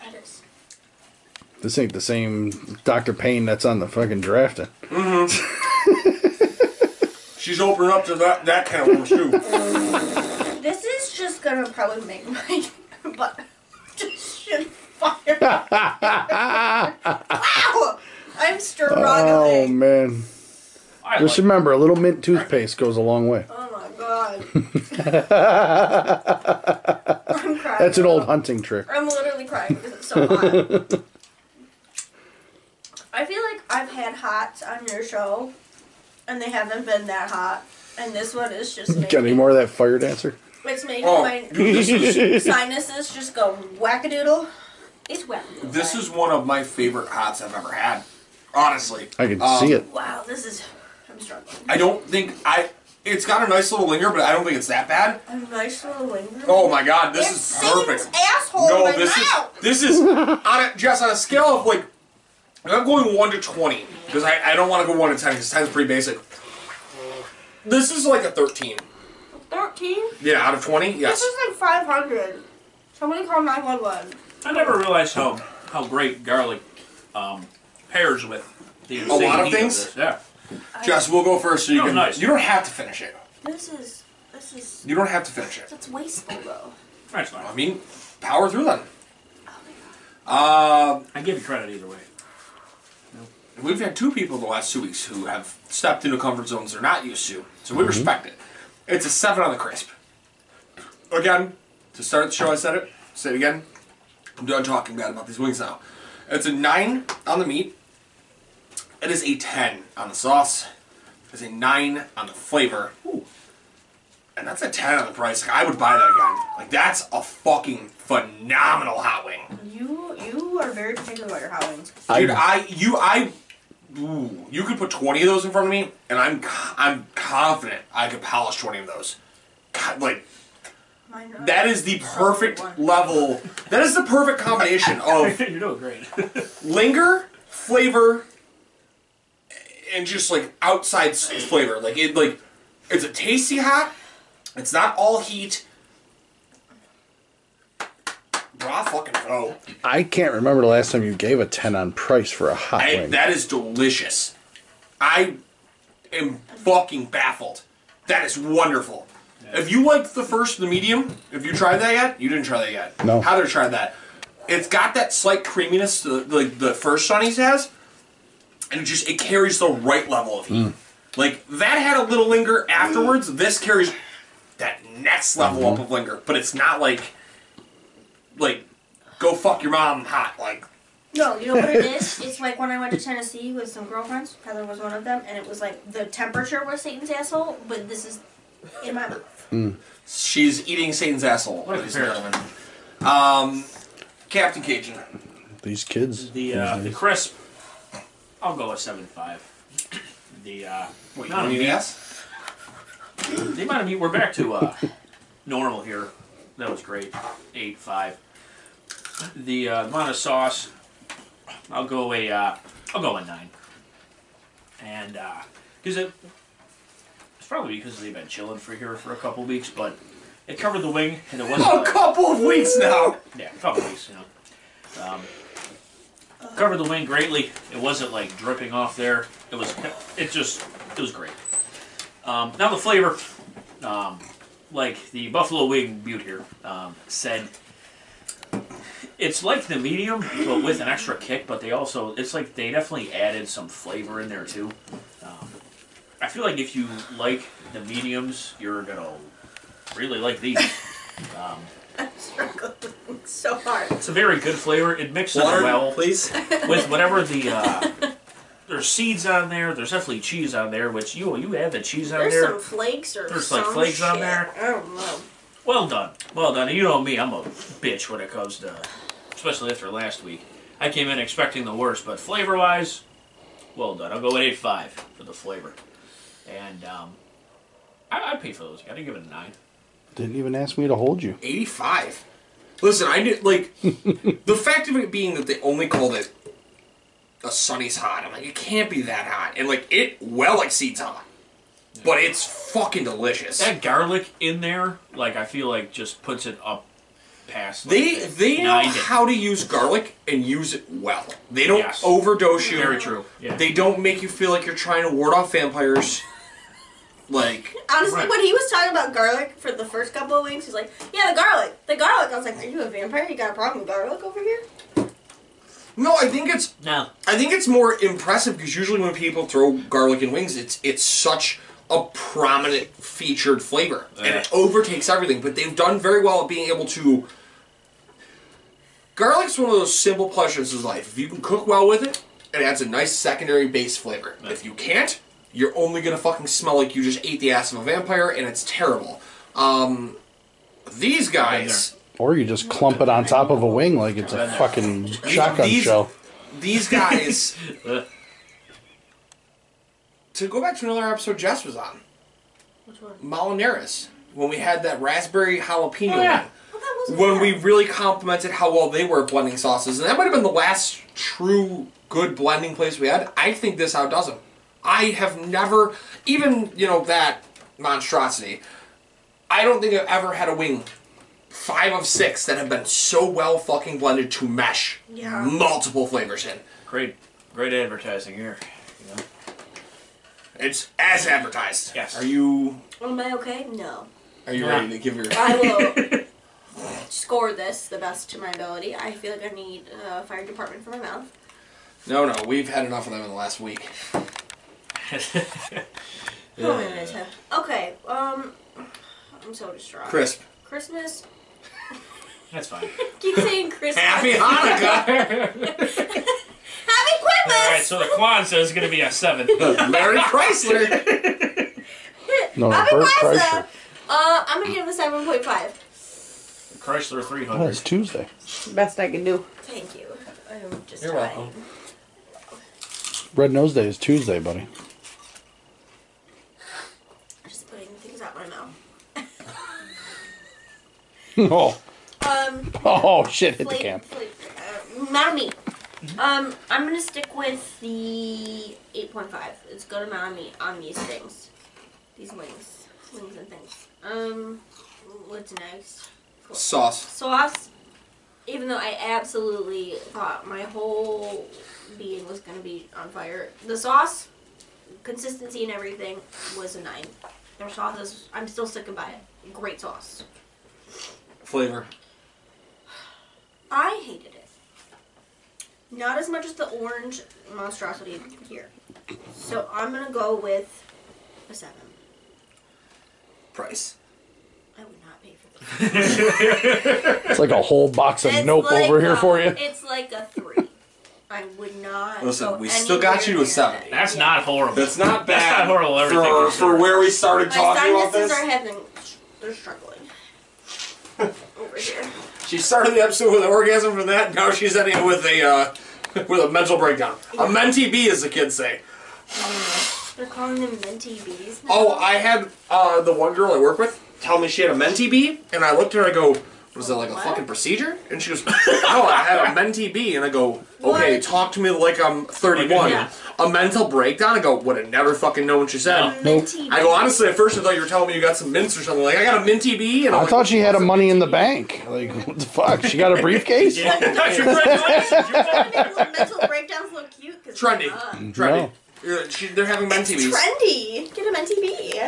[SPEAKER 6] That is.
[SPEAKER 5] This ain't the same Dr. Payne that's on the fucking drafting.
[SPEAKER 2] She's opening up to that that kind of worms too.
[SPEAKER 6] This is just gonna probably make my butt just shit fire. wow! I'm struggling.
[SPEAKER 5] Oh, man.
[SPEAKER 3] I
[SPEAKER 5] Just
[SPEAKER 3] like
[SPEAKER 5] remember, a little mint toothpaste goes a long way.
[SPEAKER 4] Oh my god.
[SPEAKER 6] I'm crying.
[SPEAKER 5] That's an old hunting trick.
[SPEAKER 6] I'm literally crying because it's so hot. I feel like I've had hots on your show, and they haven't been that hot. And this one is just making,
[SPEAKER 5] Got any more of that fire dancer?
[SPEAKER 6] It's making
[SPEAKER 2] Oh,
[SPEAKER 6] my
[SPEAKER 2] dude, this is
[SPEAKER 6] sinuses just go wackadoodle. It's wackadoodle.
[SPEAKER 2] this is one of my favorite hots I've ever had. Honestly,
[SPEAKER 5] I can
[SPEAKER 2] Um,
[SPEAKER 5] see it.
[SPEAKER 6] wow. This is I'm struggling.
[SPEAKER 2] I don't think I. It's got a nice little linger, but I don't think it's that bad.
[SPEAKER 6] A nice little linger.
[SPEAKER 2] Oh my god, this
[SPEAKER 6] it
[SPEAKER 2] is
[SPEAKER 6] sings
[SPEAKER 2] perfect.
[SPEAKER 6] Asshole
[SPEAKER 2] No,
[SPEAKER 6] right
[SPEAKER 2] this is
[SPEAKER 6] now.
[SPEAKER 2] this is on a, Jess on a scale of like if I'm going one to twenty because I, I don't want to go one to ten because ten's pretty basic. This is like a thirteen.
[SPEAKER 4] 13?
[SPEAKER 2] Yeah, out of twenty,
[SPEAKER 4] This
[SPEAKER 2] yes.
[SPEAKER 4] is like 500. Somebody call 911.
[SPEAKER 3] I never realized how how great garlic um, pairs with the
[SPEAKER 2] lot
[SPEAKER 3] insane
[SPEAKER 2] of
[SPEAKER 3] heat
[SPEAKER 2] things?
[SPEAKER 3] this. Yeah,
[SPEAKER 2] Jess, we'll go first so you
[SPEAKER 3] Oh,
[SPEAKER 2] can.
[SPEAKER 3] nice.
[SPEAKER 2] You don't have to finish it.
[SPEAKER 6] This is this is
[SPEAKER 2] You don't have to finish it.
[SPEAKER 6] that's wasteful though. Oh,
[SPEAKER 3] that's
[SPEAKER 2] I
[SPEAKER 3] fine.
[SPEAKER 2] mean, power through then. Uh,
[SPEAKER 3] I give you credit either way.
[SPEAKER 2] we've had two people in the last two weeks who have stepped into comfort zones they're not used to, so we respect it. It's a seven on the crisp. Again, to start the show, I said it. Say it again. I'm done talking bad about these wings now. It's a nine on the meat. It is a ten on the sauce. It's a nine on the flavor. Ooh. And that's a ten on the price. Like I would buy that again. Like that's a fucking phenomenal hot wing.
[SPEAKER 6] You you are very particular about your hot wings.
[SPEAKER 2] Dude, I you I ooh, you could put twenty of those in front of me, and I'm co- I'm confident I could polish twenty of those. God, like
[SPEAKER 6] Mine are-
[SPEAKER 2] that is the perfect level. That is the perfect combination of
[SPEAKER 3] You're doing great.
[SPEAKER 2] linger, flavor, and just like outside s- flavor. Like it like it's a tasty hot. It's not all heat. Raw fucking oh,
[SPEAKER 5] I can't remember the last time you gave a 10 on price for a hot
[SPEAKER 2] I,
[SPEAKER 5] wing.
[SPEAKER 2] that is delicious. I am fucking baffled. That is wonderful. If you like the first, the medium, if you tried that yet, you didn't try that yet.
[SPEAKER 5] No.
[SPEAKER 2] Heather tried that. It's got that slight creaminess to the, like the first Sonny's has, and it just it carries the right level of heat. Like that had a little linger afterwards. This carries that next level up of linger, but it's not like like go fuck your mom hot. Like
[SPEAKER 6] No, you know what it is? It's like when I went to Tennessee with some girlfriends. Heather was one of them, and it was like the temperature was Satan's asshole, but this is in my mouth.
[SPEAKER 2] She's eating Satan's asshole.
[SPEAKER 3] What a
[SPEAKER 2] ladies and
[SPEAKER 3] comparison.
[SPEAKER 2] gentlemen. Um, Captain Cajun.
[SPEAKER 5] These kids.
[SPEAKER 3] The uh, the crisp, I'll go a seven five. The uh,
[SPEAKER 2] What, you
[SPEAKER 3] amount
[SPEAKER 2] don't
[SPEAKER 3] of
[SPEAKER 2] need to
[SPEAKER 3] meat,
[SPEAKER 2] ask?
[SPEAKER 3] the amount of meat. We're back to uh, normal here. That was great. Eight five. The uh, amount of sauce, I'll go a uh, I'll go a nine. And because it, it's probably because they've been chilling for here for a couple weeks, but it covered the wing and it wasn't.
[SPEAKER 2] Oh,
[SPEAKER 3] like-
[SPEAKER 2] a couple of weeks now.
[SPEAKER 3] Yeah, a couple weeks, you know. Um, covered the wing greatly. It wasn't like dripping off there. It was, it just, it was great. Um, now the flavor, um, like the buffalo wing butte here um, said, it's like the medium, but with an extra kick. But they also, it's like they definitely added some flavor in there too. Um, I feel like if you like the mediums, you're gonna really like these. Um,
[SPEAKER 6] Struggling so hard.
[SPEAKER 3] it's a very good flavor. It mixes
[SPEAKER 2] Water,
[SPEAKER 3] well
[SPEAKER 2] please.
[SPEAKER 3] with whatever the uh, there's seeds on there. There's definitely cheese on there, which you you add the cheese on
[SPEAKER 6] There's
[SPEAKER 3] there.
[SPEAKER 6] some flakes or
[SPEAKER 3] There's,
[SPEAKER 6] some
[SPEAKER 3] like, flakes
[SPEAKER 6] shit.
[SPEAKER 3] on there.
[SPEAKER 6] I don't know.
[SPEAKER 3] Well done, well done. And You know me, I'm a bitch when it comes to, especially after last week. I came in expecting the worst, but flavor wise, well done. I'll go with eight five for the flavor, and um, I, I'd pay for those. Gotta give it a nine.
[SPEAKER 5] Didn't even ask me to hold you.
[SPEAKER 2] Eighty-five. Listen, I did like the fact of it being that they only called it a Sunny's hot. I'm like, it can't be that hot, and like it well exceeds hot. But it's fucking delicious.
[SPEAKER 3] That garlic in there, like I feel like, just puts it up past. like,
[SPEAKER 2] They they know
[SPEAKER 3] nine to-
[SPEAKER 2] how to use garlic and use it well. They don't
[SPEAKER 3] Yes.
[SPEAKER 2] overdose you.
[SPEAKER 3] Very true. Yeah.
[SPEAKER 2] They don't make you feel like you're trying to ward off vampires. Like
[SPEAKER 6] Honestly,
[SPEAKER 3] Right.
[SPEAKER 6] when he was talking about garlic for the first couple of weeks, he's like, "Yeah, the garlic, the garlic." I was like, "Are you a vampire? You got a problem with garlic over here?"
[SPEAKER 2] No, I think it's
[SPEAKER 7] No.
[SPEAKER 2] I think it's more impressive because usually when people throw garlic and wings, it's it's such a prominent featured flavor and it overtakes everything. But they've done very well at being able to. Garlic's one of those simple pleasures of life. If you can cook well with it, it adds a nice secondary base flavor. If you can't, you're only gonna fucking smell like you just ate the ass of a vampire, and it's terrible. Um, these guys.
[SPEAKER 5] Or you just clump it on top of a wing like it's a fucking shotgun
[SPEAKER 2] These-
[SPEAKER 5] shell.
[SPEAKER 2] these guys to go back to another episode jess was on
[SPEAKER 4] Which one?
[SPEAKER 2] molinaris when we had that raspberry jalapeno
[SPEAKER 7] Oh, yeah.
[SPEAKER 2] one,
[SPEAKER 4] Well, that wasn't
[SPEAKER 2] when
[SPEAKER 4] bad.
[SPEAKER 2] we really complimented how well they were at blending sauces and that might have been the last true good blending place we had i think this outdoes them i have never even you know that monstrosity i don't think i've ever had a wing five of six that have been so well fucking blended to mesh
[SPEAKER 4] Yeah.
[SPEAKER 2] multiple flavors in
[SPEAKER 7] Great, great advertising here. You know?
[SPEAKER 2] It's as advertised.
[SPEAKER 7] Yes.
[SPEAKER 2] Are you
[SPEAKER 6] Am I okay? No.
[SPEAKER 2] are you
[SPEAKER 7] Yeah.
[SPEAKER 2] ready to give your
[SPEAKER 6] I will score this the best to my ability. I feel like I need a fire department for my mouth.
[SPEAKER 2] No no, we've had enough of them in the last week.
[SPEAKER 6] Oh, my goodness. Okay, um, I'm so distraught.
[SPEAKER 2] Crisp.
[SPEAKER 6] Christmas.
[SPEAKER 7] That's fine.
[SPEAKER 6] Keep saying Christmas.
[SPEAKER 2] Happy Hanukkah!
[SPEAKER 6] Happy Christmas!
[SPEAKER 7] All right, so the Kwanzaa is going to be a seven.
[SPEAKER 2] Larry Chrysler!
[SPEAKER 5] No,
[SPEAKER 6] Happy
[SPEAKER 5] Bert
[SPEAKER 6] Christmas!
[SPEAKER 5] Kreischer.
[SPEAKER 6] Uh, I'm gonna give it a 7.5.
[SPEAKER 7] Chrysler 300.
[SPEAKER 6] uh,
[SPEAKER 5] Oh, it's Tuesday.
[SPEAKER 8] Best I can do.
[SPEAKER 6] Thank you. I'm just
[SPEAKER 2] You're
[SPEAKER 6] dying.
[SPEAKER 2] welcome.
[SPEAKER 5] Red Nose Day is Tuesday, buddy.
[SPEAKER 6] I'm just putting things out my mouth.
[SPEAKER 5] oh,
[SPEAKER 6] Um,
[SPEAKER 5] oh shit! Hit the
[SPEAKER 6] flake,
[SPEAKER 5] camp.
[SPEAKER 6] flake, uh, Mammy. Um, I'm gonna stick with the 8.5. It's good amount on me on these things. These wings. Wings and things. Um, what's next?
[SPEAKER 2] Sauce.
[SPEAKER 6] Sauce. Even though I absolutely thought my whole being was gonna be on fire, the sauce consistency and everything was a nine. Their sauce is. I'm still sticking by it. Great sauce.
[SPEAKER 2] Flavor.
[SPEAKER 6] I hated it. Not as much as the orange monstrosity here. So I'm gonna go with a seven.
[SPEAKER 2] Price.
[SPEAKER 6] I would not pay for this.
[SPEAKER 5] It's like a whole box of
[SPEAKER 6] It's
[SPEAKER 5] nope
[SPEAKER 6] like
[SPEAKER 5] over here
[SPEAKER 6] a-
[SPEAKER 5] for you.
[SPEAKER 6] It's like a three. I would not.
[SPEAKER 2] Listen,
[SPEAKER 6] go
[SPEAKER 2] we still got you to a
[SPEAKER 6] anywhere near
[SPEAKER 2] seven.
[SPEAKER 6] that.
[SPEAKER 7] That's not horrible.
[SPEAKER 2] That's not bad.
[SPEAKER 7] That's not horrible, everything
[SPEAKER 2] For,
[SPEAKER 7] considered.
[SPEAKER 2] for where we started
[SPEAKER 6] My
[SPEAKER 2] talking about
[SPEAKER 6] sinuses
[SPEAKER 2] this.
[SPEAKER 6] are having. They're struggling. Over here.
[SPEAKER 2] She started the episode with an orgasm from that, now she's ending it with a uh, with a mental breakdown. A mentee bee, as the kids say.
[SPEAKER 6] They're calling them minty bees. Now.
[SPEAKER 2] Oh, I had uh, the one girl I work with tell me she had a mentee bee, and I looked at her and I go, was that like a
[SPEAKER 6] What?
[SPEAKER 2] fucking procedure? And she goes, no, I had a mentee bee, and I go, okay,
[SPEAKER 6] What?
[SPEAKER 2] talk to me like I'm 31.
[SPEAKER 6] Yeah.
[SPEAKER 2] A mental breakdown. I go, would have never fucking known what she said.
[SPEAKER 6] minty
[SPEAKER 2] I go,
[SPEAKER 6] bees.
[SPEAKER 2] honestly, at first I thought you were telling me you got some mints or something. Like I got a minty bee, and I'm
[SPEAKER 5] I
[SPEAKER 2] like,
[SPEAKER 5] thought she had a money in the bank. Like what the fuck? She got a briefcase?
[SPEAKER 7] Congratulations, you won.
[SPEAKER 6] Mental- mental breakdowns look cute. 'cause they're
[SPEAKER 2] trendy,
[SPEAKER 6] not.
[SPEAKER 2] trendy.
[SPEAKER 5] No.
[SPEAKER 2] You're- she- they're having mentee bees.
[SPEAKER 6] Trendy. Get a minty bee.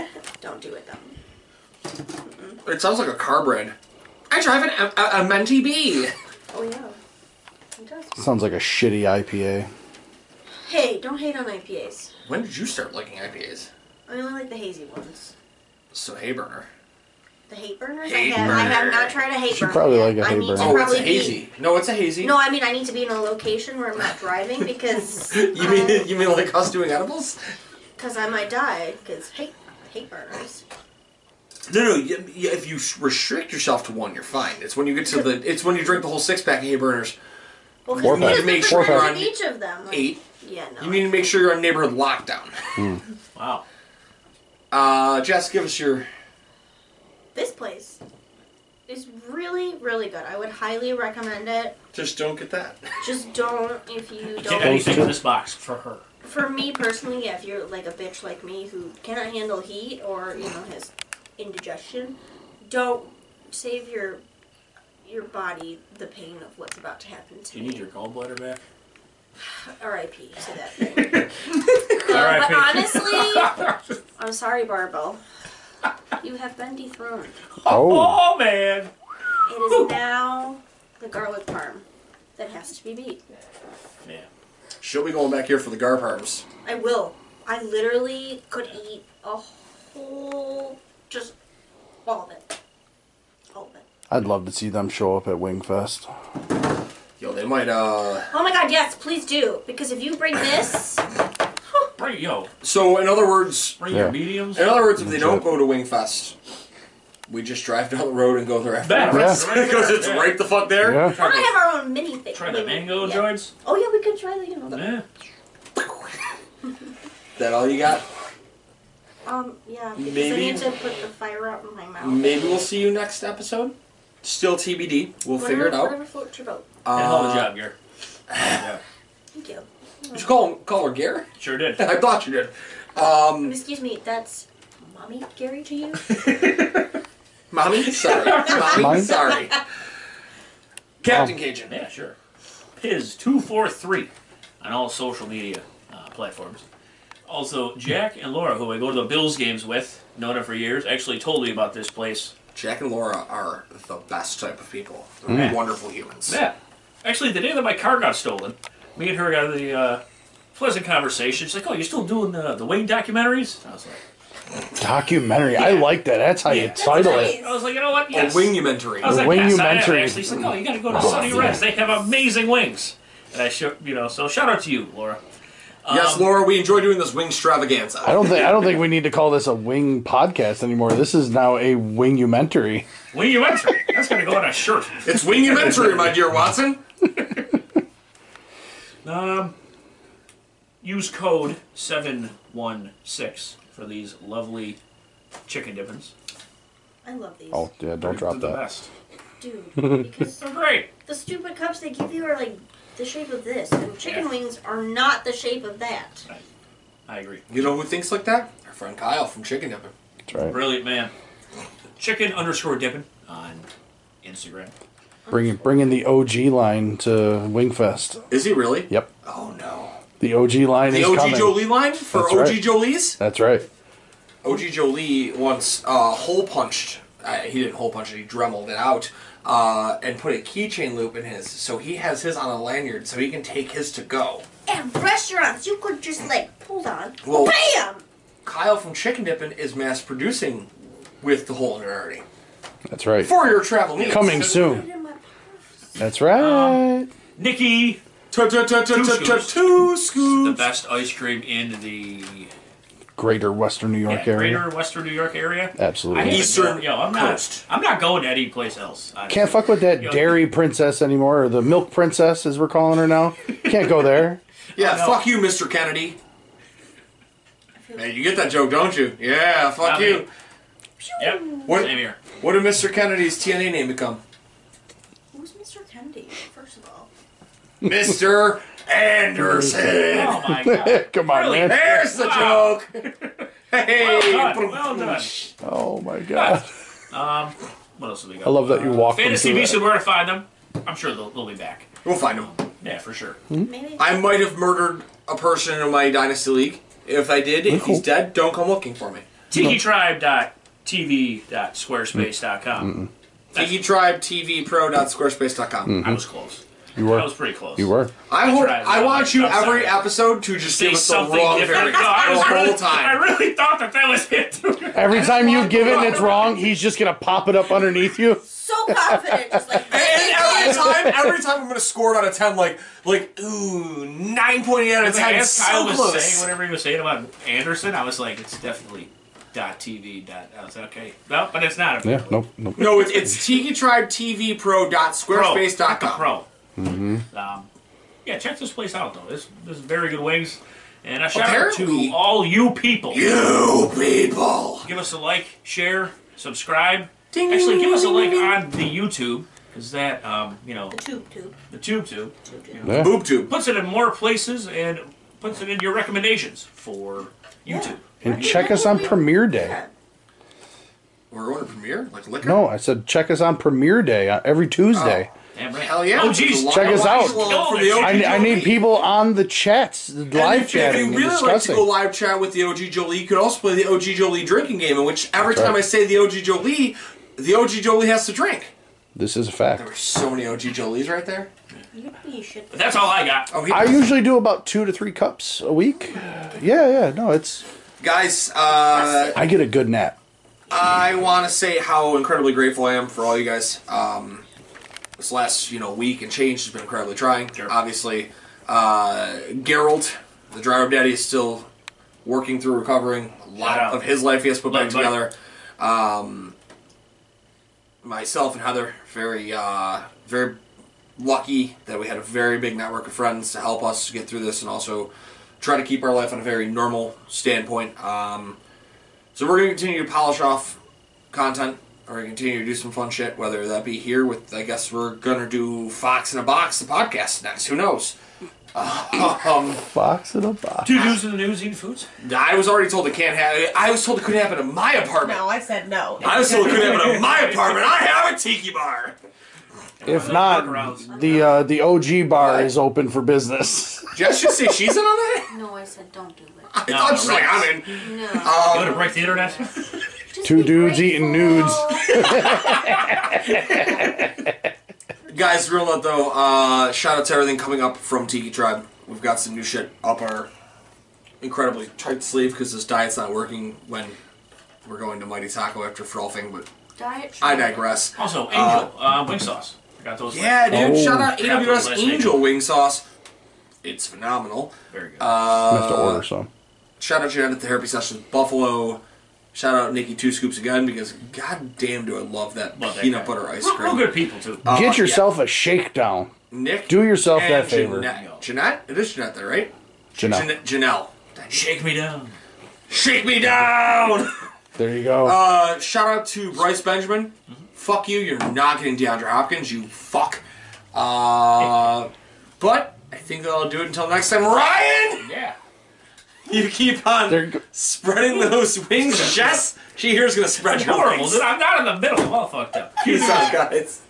[SPEAKER 6] Don't do it though.
[SPEAKER 2] It sounds like a car brand. I drive an, a, a, a mentee bee.
[SPEAKER 6] Oh yeah. It does.
[SPEAKER 5] Sounds like a shitty IPA.
[SPEAKER 6] Hey, don't hate on IPAs.
[SPEAKER 2] When did you start liking IPAs?
[SPEAKER 6] I only like the hazy ones.
[SPEAKER 2] So Hayburner.
[SPEAKER 6] The hate burners.
[SPEAKER 2] Hate
[SPEAKER 6] I have. I have
[SPEAKER 2] burner.
[SPEAKER 6] not tried a hate
[SPEAKER 5] Should
[SPEAKER 6] burner.
[SPEAKER 5] probably
[SPEAKER 6] yet.
[SPEAKER 5] like a
[SPEAKER 6] I
[SPEAKER 5] hate
[SPEAKER 6] need
[SPEAKER 5] burner.
[SPEAKER 6] to
[SPEAKER 2] Oh, it's
[SPEAKER 6] probably
[SPEAKER 2] a hazy. No, it's a hazy.
[SPEAKER 6] Be, no, I mean I need to be in a location where I'm not driving because
[SPEAKER 2] You mean you mean like us doing edibles?
[SPEAKER 6] because I might die because hate hate burners.
[SPEAKER 2] No, no. You, you, if you s- restrict yourself to one, you're fine. It's when you get to the. It's when you drink the whole six pack of hay burners.
[SPEAKER 6] Well, 'cause
[SPEAKER 5] Four
[SPEAKER 6] you need
[SPEAKER 5] pack.
[SPEAKER 6] to make
[SPEAKER 5] Four
[SPEAKER 6] sure
[SPEAKER 5] pack.
[SPEAKER 6] on each of them. Like,
[SPEAKER 2] Eight.
[SPEAKER 6] Yeah, no.
[SPEAKER 2] You need to make sure you're on neighborhood lockdown.
[SPEAKER 7] Wow.
[SPEAKER 2] Uh, Jess, give us your.
[SPEAKER 6] this place is really really good. I would highly recommend it.
[SPEAKER 2] Just don't get that.
[SPEAKER 6] Just don't if you
[SPEAKER 7] Get
[SPEAKER 6] don't.
[SPEAKER 7] anything in this box for her.
[SPEAKER 6] For me personally, yeah, if you're like a bitch like me who cannot handle heat or you know has indigestion, don't save your your body the pain of what's about to happen to
[SPEAKER 7] Do you need your gallbladder back?
[SPEAKER 6] R.I.P. to that thing. Uh, but
[SPEAKER 7] R.I.P..
[SPEAKER 6] honestly, I'm sorry, Barbell. You have been dethroned.
[SPEAKER 5] Oh,
[SPEAKER 7] Oh, man.
[SPEAKER 6] It is now the garlic parm. that has to be beat.
[SPEAKER 3] Yeah.
[SPEAKER 2] She'll be going back here for the gar parms.
[SPEAKER 6] I will. I literally could eat a whole, just all of it, all of it.
[SPEAKER 5] I'd love to see them show up at Wingfest.
[SPEAKER 2] Yo, they might. uh...
[SPEAKER 6] Oh my god, yes, please do. Because if you bring this,
[SPEAKER 3] Bring yo,
[SPEAKER 2] So in other words,
[SPEAKER 3] bring
[SPEAKER 5] Yeah.
[SPEAKER 3] your mediums.
[SPEAKER 2] in other words, if they
[SPEAKER 5] Sure.
[SPEAKER 2] don't go to Wingfest, we just drive down the road and go there after.
[SPEAKER 3] That,
[SPEAKER 5] Yeah.
[SPEAKER 3] right there.
[SPEAKER 2] Because it's
[SPEAKER 3] Yeah.
[SPEAKER 2] right the fuck there.
[SPEAKER 5] Yeah.
[SPEAKER 6] we're
[SPEAKER 3] Try
[SPEAKER 6] gonna
[SPEAKER 3] the,
[SPEAKER 6] have our own mini thing.
[SPEAKER 3] try the
[SPEAKER 6] mini-
[SPEAKER 3] mango
[SPEAKER 6] yeah.
[SPEAKER 3] joints.
[SPEAKER 6] Oh yeah, we could try the you know. The,
[SPEAKER 3] Yeah.
[SPEAKER 2] That all you got?
[SPEAKER 6] um yeah, because I
[SPEAKER 2] Maybe- Mm,
[SPEAKER 6] need to put the fire out in my mouth.
[SPEAKER 2] Maybe we'll see you next episode. Still TBD. We'll
[SPEAKER 6] Whatever-
[SPEAKER 2] figure it out.
[SPEAKER 6] Whatever floats your boat.
[SPEAKER 2] Uh,
[SPEAKER 3] and hold the job, Gary.
[SPEAKER 6] Thank you.
[SPEAKER 2] Did you call call her Gare?
[SPEAKER 3] Sure did.
[SPEAKER 2] I thought you did.
[SPEAKER 6] Um, Excuse me, that's mommy Gary to you?
[SPEAKER 2] Mommy, sorry. Mommy,
[SPEAKER 5] Mine? Um,
[SPEAKER 2] sorry. Captain Cajun.
[SPEAKER 3] Yeah, sure. Piz243 on all social media uh, platforms. Also, Jack and Laura, who I go to the Bills games with, known her for years, actually told me about this place.
[SPEAKER 2] Jack and Laura are the best type of people. They're
[SPEAKER 5] Mm.
[SPEAKER 2] wonderful humans.
[SPEAKER 3] Yeah. Actually, the day that my car got stolen, me and her got the uh, pleasant conversation. She's like, oh, you're still doing the, the Wayne documentaries? I was like,
[SPEAKER 5] Documentary. I like that. That's how you
[SPEAKER 3] Yeah.
[SPEAKER 5] title it.
[SPEAKER 6] Nice.
[SPEAKER 3] I was like, you know what?
[SPEAKER 2] A
[SPEAKER 3] Yes.
[SPEAKER 2] wingumentary.
[SPEAKER 3] I was
[SPEAKER 5] The
[SPEAKER 3] like,
[SPEAKER 5] wing
[SPEAKER 3] yes,
[SPEAKER 5] you
[SPEAKER 3] I am
[SPEAKER 5] mentioned.
[SPEAKER 3] actually. She's like, oh, you got to go to Sunny Reds. They have amazing wings. And I, show, you know, so shout out to you, Laura.
[SPEAKER 2] yes, Laura, we enjoy doing this wing extravaganza.
[SPEAKER 5] Um, I don't think I don't think we need to call this a wing podcast anymore. This is now a wingumentary.
[SPEAKER 3] Wing you enter. That's gonna go on a shirt.
[SPEAKER 2] It's wingumentary, my dear Watson.
[SPEAKER 3] Use code 716 for these lovely chicken dippins.
[SPEAKER 6] I love these.
[SPEAKER 5] Oh yeah, don't drop
[SPEAKER 3] They're the
[SPEAKER 5] that.
[SPEAKER 3] best.
[SPEAKER 6] Dude, because
[SPEAKER 3] They're great.
[SPEAKER 6] the stupid cups they give you are like the shape of this, and chicken
[SPEAKER 3] Yeah.
[SPEAKER 6] wings are not the shape of that.
[SPEAKER 3] I agree.
[SPEAKER 2] You know who thinks like that? Our friend Kyle from Chicken Dippin'.
[SPEAKER 5] That's right.
[SPEAKER 3] Brilliant man. Chicken underscore dippin on Instagram.
[SPEAKER 5] Bringing bringing the OG line to Wingfest.
[SPEAKER 2] Is he really?
[SPEAKER 5] Yep.
[SPEAKER 2] Oh no.
[SPEAKER 5] The OG line
[SPEAKER 2] The
[SPEAKER 5] is
[SPEAKER 2] OG
[SPEAKER 5] coming.
[SPEAKER 2] Jolie line for
[SPEAKER 5] That's
[SPEAKER 2] OG
[SPEAKER 5] right.
[SPEAKER 2] Jolie's?
[SPEAKER 5] That's right.
[SPEAKER 2] OG Jolie once uh, hole punched. Uh, he didn't hole punch it. He dremeled it out uh, and put a keychain loop in his. So he has his on a lanyard, so he can take his to go.
[SPEAKER 6] At restaurants, you could just like pull on,
[SPEAKER 2] Well-
[SPEAKER 6] bam.
[SPEAKER 2] Kyle from Chicken Dippin' is mass producing with the hole in it already
[SPEAKER 5] That's right.
[SPEAKER 2] for your travel needs.
[SPEAKER 5] Coming
[SPEAKER 6] Put it
[SPEAKER 5] soon.
[SPEAKER 6] in my-
[SPEAKER 5] That's
[SPEAKER 3] Um,
[SPEAKER 5] right.
[SPEAKER 3] Nikki,
[SPEAKER 2] Two two- two- two- two- two-
[SPEAKER 3] scoops.
[SPEAKER 2] two
[SPEAKER 3] the
[SPEAKER 2] scoops.
[SPEAKER 3] best ice cream in the
[SPEAKER 5] Greater Western New
[SPEAKER 3] yeah,
[SPEAKER 5] York area.
[SPEAKER 3] greater Western New York area. I
[SPEAKER 5] Absolutely.
[SPEAKER 3] haven't
[SPEAKER 2] Eastern
[SPEAKER 3] been- yo, I'm
[SPEAKER 2] coast.
[SPEAKER 3] Not, I'm not going to any place else. I-
[SPEAKER 5] Can't fuck with that
[SPEAKER 3] Yo,
[SPEAKER 5] dairy princess anymore, or the milk princess, as we're calling her now. Can't go there.
[SPEAKER 2] Yeah,
[SPEAKER 3] no.
[SPEAKER 2] fuck you, Mr. Kennedy. Hey, you get that joke, don't you? Yeah, fuck
[SPEAKER 3] I mean-
[SPEAKER 2] you.
[SPEAKER 3] Yep.
[SPEAKER 2] What?
[SPEAKER 3] Same here.
[SPEAKER 2] What did Mr. Kennedy's TNA name become?
[SPEAKER 6] Who's Mr. Kennedy? First of all,
[SPEAKER 2] Mr. Anderson.
[SPEAKER 3] Oh my god.
[SPEAKER 5] Come on,
[SPEAKER 3] Really?
[SPEAKER 5] man.
[SPEAKER 2] There's the
[SPEAKER 3] Wow.
[SPEAKER 2] joke. Hey,
[SPEAKER 3] Well done. Well done.
[SPEAKER 5] Oh my god.
[SPEAKER 3] What else have we got?
[SPEAKER 5] I love that you walk. them
[SPEAKER 3] Fantasy
[SPEAKER 5] through
[SPEAKER 3] Beasts
[SPEAKER 5] that.
[SPEAKER 3] and where to find them. I'm sure they'll, they'll be back.
[SPEAKER 2] we'll find him.
[SPEAKER 3] Yeah, for sure.
[SPEAKER 5] Mm-hmm.
[SPEAKER 6] maybe
[SPEAKER 2] I might have murdered a person in my dynasty league. If I did, if he's dead, don't come looking for me.
[SPEAKER 5] Mm-hmm.
[SPEAKER 3] TikiTribe.tv.squarespace.com.
[SPEAKER 2] Tiki Tribe TV Pro.squarespace.com.
[SPEAKER 3] I was close.
[SPEAKER 5] You
[SPEAKER 3] I
[SPEAKER 5] were.
[SPEAKER 3] was pretty close.
[SPEAKER 5] You were.
[SPEAKER 2] I hope
[SPEAKER 3] Tribe,
[SPEAKER 2] I
[SPEAKER 3] no,
[SPEAKER 2] want you
[SPEAKER 3] I'm
[SPEAKER 2] every
[SPEAKER 3] sorry.
[SPEAKER 2] episode to just
[SPEAKER 3] Say
[SPEAKER 2] give us the
[SPEAKER 3] something
[SPEAKER 2] wrong
[SPEAKER 3] different.
[SPEAKER 2] variant
[SPEAKER 3] No, I
[SPEAKER 2] the
[SPEAKER 3] was really,
[SPEAKER 2] whole
[SPEAKER 3] I
[SPEAKER 2] time.
[SPEAKER 3] really thought that that was it. too.
[SPEAKER 5] Every time you give it and it's wrong, he's just gonna pop it up underneath you.
[SPEAKER 6] so confident, just like
[SPEAKER 2] And every time, every time I'm gonna score it out of ten, like like ooh, nine point eight out of
[SPEAKER 3] As
[SPEAKER 2] ten.
[SPEAKER 3] Kyle
[SPEAKER 2] So
[SPEAKER 3] was
[SPEAKER 2] close.
[SPEAKER 3] saying whatever he was saying about Anderson, I was like, it's definitely dot .tv. Dot, I was okay. No, but it's not.
[SPEAKER 5] Yeah. Nope. Nope.
[SPEAKER 2] No, it's, it's Tiki Tribe TV
[SPEAKER 3] Pro.
[SPEAKER 2] Pro.squarespace.com.
[SPEAKER 3] Pro.
[SPEAKER 5] Mm-hmm.
[SPEAKER 3] Um, yeah, check this place out, though. This, this is very good wings. And a shout out
[SPEAKER 2] Apparently-
[SPEAKER 3] to all you people.
[SPEAKER 2] You people.
[SPEAKER 3] give us a like, share, subscribe. Actually, give us a like on the YouTube because that, um, you know,
[SPEAKER 6] the tube tube.
[SPEAKER 3] the tube tube
[SPEAKER 5] Yeah.
[SPEAKER 2] Boob tube.
[SPEAKER 3] puts it in more places and puts it in your recommendations for YouTube.
[SPEAKER 5] And check us on premiere day.
[SPEAKER 2] We're going to premiere? Like liquor?
[SPEAKER 5] No, I said check us on premiere day uh, every Tuesday.
[SPEAKER 3] Damn right.
[SPEAKER 2] Hell yeah.
[SPEAKER 3] Oh geez,
[SPEAKER 2] There's a
[SPEAKER 5] Check
[SPEAKER 2] lot-
[SPEAKER 5] us
[SPEAKER 2] a lot
[SPEAKER 5] out.
[SPEAKER 2] of love for the
[SPEAKER 3] Yo,
[SPEAKER 2] OG
[SPEAKER 5] I, I need people on the chats, the
[SPEAKER 2] And
[SPEAKER 5] live
[SPEAKER 2] if, you- if
[SPEAKER 5] chatting,
[SPEAKER 2] you
[SPEAKER 5] and
[SPEAKER 2] really like to go
[SPEAKER 5] discussing.
[SPEAKER 2] live chat with the OG Jolie, you could also play the OG Jolie drinking game, in which every
[SPEAKER 5] That's
[SPEAKER 2] time
[SPEAKER 5] right.
[SPEAKER 2] I say the OG Jolie, the OG Jolie has to drink.
[SPEAKER 5] This is a
[SPEAKER 2] There were
[SPEAKER 5] fact.
[SPEAKER 2] so many OG Jolies right there.
[SPEAKER 6] You'd be a shit.
[SPEAKER 7] But that's all I got.
[SPEAKER 2] Oh, he
[SPEAKER 5] I usually do about two to three cups a week. Yeah, yeah. No, it's
[SPEAKER 2] guys. Uh,
[SPEAKER 5] I get a good nap.
[SPEAKER 2] I want to say how incredibly grateful I am for all you guys. Um, this last you know week and change has been incredibly trying.
[SPEAKER 7] Sure.
[SPEAKER 2] Obviously, uh, Geralt, the dry rub daddy, is still working through recovering. A lot
[SPEAKER 7] out.
[SPEAKER 2] of his life he has put back
[SPEAKER 7] Love, buddy.
[SPEAKER 2] together. Um, myself and Heather, very uh, very lucky that we had a very big network of friends to help us get through this and also try to keep our life on a very normal standpoint. Um, so we're going to continue to polish off content. We're going to continue to do some fun shit, whether that be here with, I guess we're going to do Fox in a Box, the podcast next. Who knows? Um,
[SPEAKER 5] Box in a box.
[SPEAKER 7] Two dudes in the news eating foods.
[SPEAKER 2] I was already told it can't happen. I was told it couldn't happen in my apartment.
[SPEAKER 8] No, I said no.
[SPEAKER 2] I was told it couldn't happen in my apartment. I have a tiki bar.
[SPEAKER 5] If not,
[SPEAKER 7] Workarounds.
[SPEAKER 5] the uh, the OG bar is open for business.
[SPEAKER 2] Jess should say she's in on that?
[SPEAKER 6] No, I said don't do
[SPEAKER 2] I
[SPEAKER 6] it.
[SPEAKER 2] thought she's like, I'm in. Um,
[SPEAKER 6] No.
[SPEAKER 2] Uh,
[SPEAKER 7] You want to break the internet?
[SPEAKER 6] Just
[SPEAKER 5] Two
[SPEAKER 6] be
[SPEAKER 5] dudes eating
[SPEAKER 6] grateful.
[SPEAKER 2] Guys, real note though, uh, shout out to everything coming up from Tiki Tribe. We've got some new shit up our incredibly tight sleeve because this diet's not working when we're going to Mighty Taco after frolfing, but
[SPEAKER 6] Diet.
[SPEAKER 2] I digress.
[SPEAKER 7] Also, Angel, uh, wing sauce. Forgot those.
[SPEAKER 2] Yeah, dude,
[SPEAKER 5] Oh.
[SPEAKER 2] shout out
[SPEAKER 7] Shout out to
[SPEAKER 2] AWS
[SPEAKER 7] West
[SPEAKER 2] Angel
[SPEAKER 7] Angel.
[SPEAKER 2] Wing Sauce. It's phenomenal.
[SPEAKER 7] Very good.
[SPEAKER 2] Uh,
[SPEAKER 5] I have to order some.
[SPEAKER 2] Shout out Janet at the Therapy Sessions Buffalo. Shout out Nikki Two Scoops again because god damn do I love that
[SPEAKER 7] Love that
[SPEAKER 2] peanut
[SPEAKER 7] guy.
[SPEAKER 2] butter ice
[SPEAKER 7] real,
[SPEAKER 2] cream.
[SPEAKER 7] real good people too.
[SPEAKER 2] Uh,
[SPEAKER 5] Get
[SPEAKER 2] yeah.
[SPEAKER 5] yourself a shakedown.
[SPEAKER 2] Nick,
[SPEAKER 5] Do yourself that
[SPEAKER 2] and
[SPEAKER 5] favor.
[SPEAKER 2] Jeanette. Jeanette? It is Jeanette, there, right?
[SPEAKER 5] Janelle.
[SPEAKER 2] Jeanette. Janelle.
[SPEAKER 7] Shake me down.
[SPEAKER 2] Shake me down!
[SPEAKER 5] There you go.
[SPEAKER 2] Uh, shout out to Bryce Benjamin.
[SPEAKER 7] Mm-hmm.
[SPEAKER 2] Fuck you, you're not getting DeAndre Hopkins, you fuck. Uh, but I think that'll do it until next time. Ryan!
[SPEAKER 7] Yeah.
[SPEAKER 2] You keep on
[SPEAKER 5] There you go.
[SPEAKER 2] spreading those wings. Jess, she here's gonna spread your
[SPEAKER 7] Horrible.
[SPEAKER 2] wings.
[SPEAKER 7] Dude, I'm not in the middle. I'm all fucked up.
[SPEAKER 2] Peace out, guys.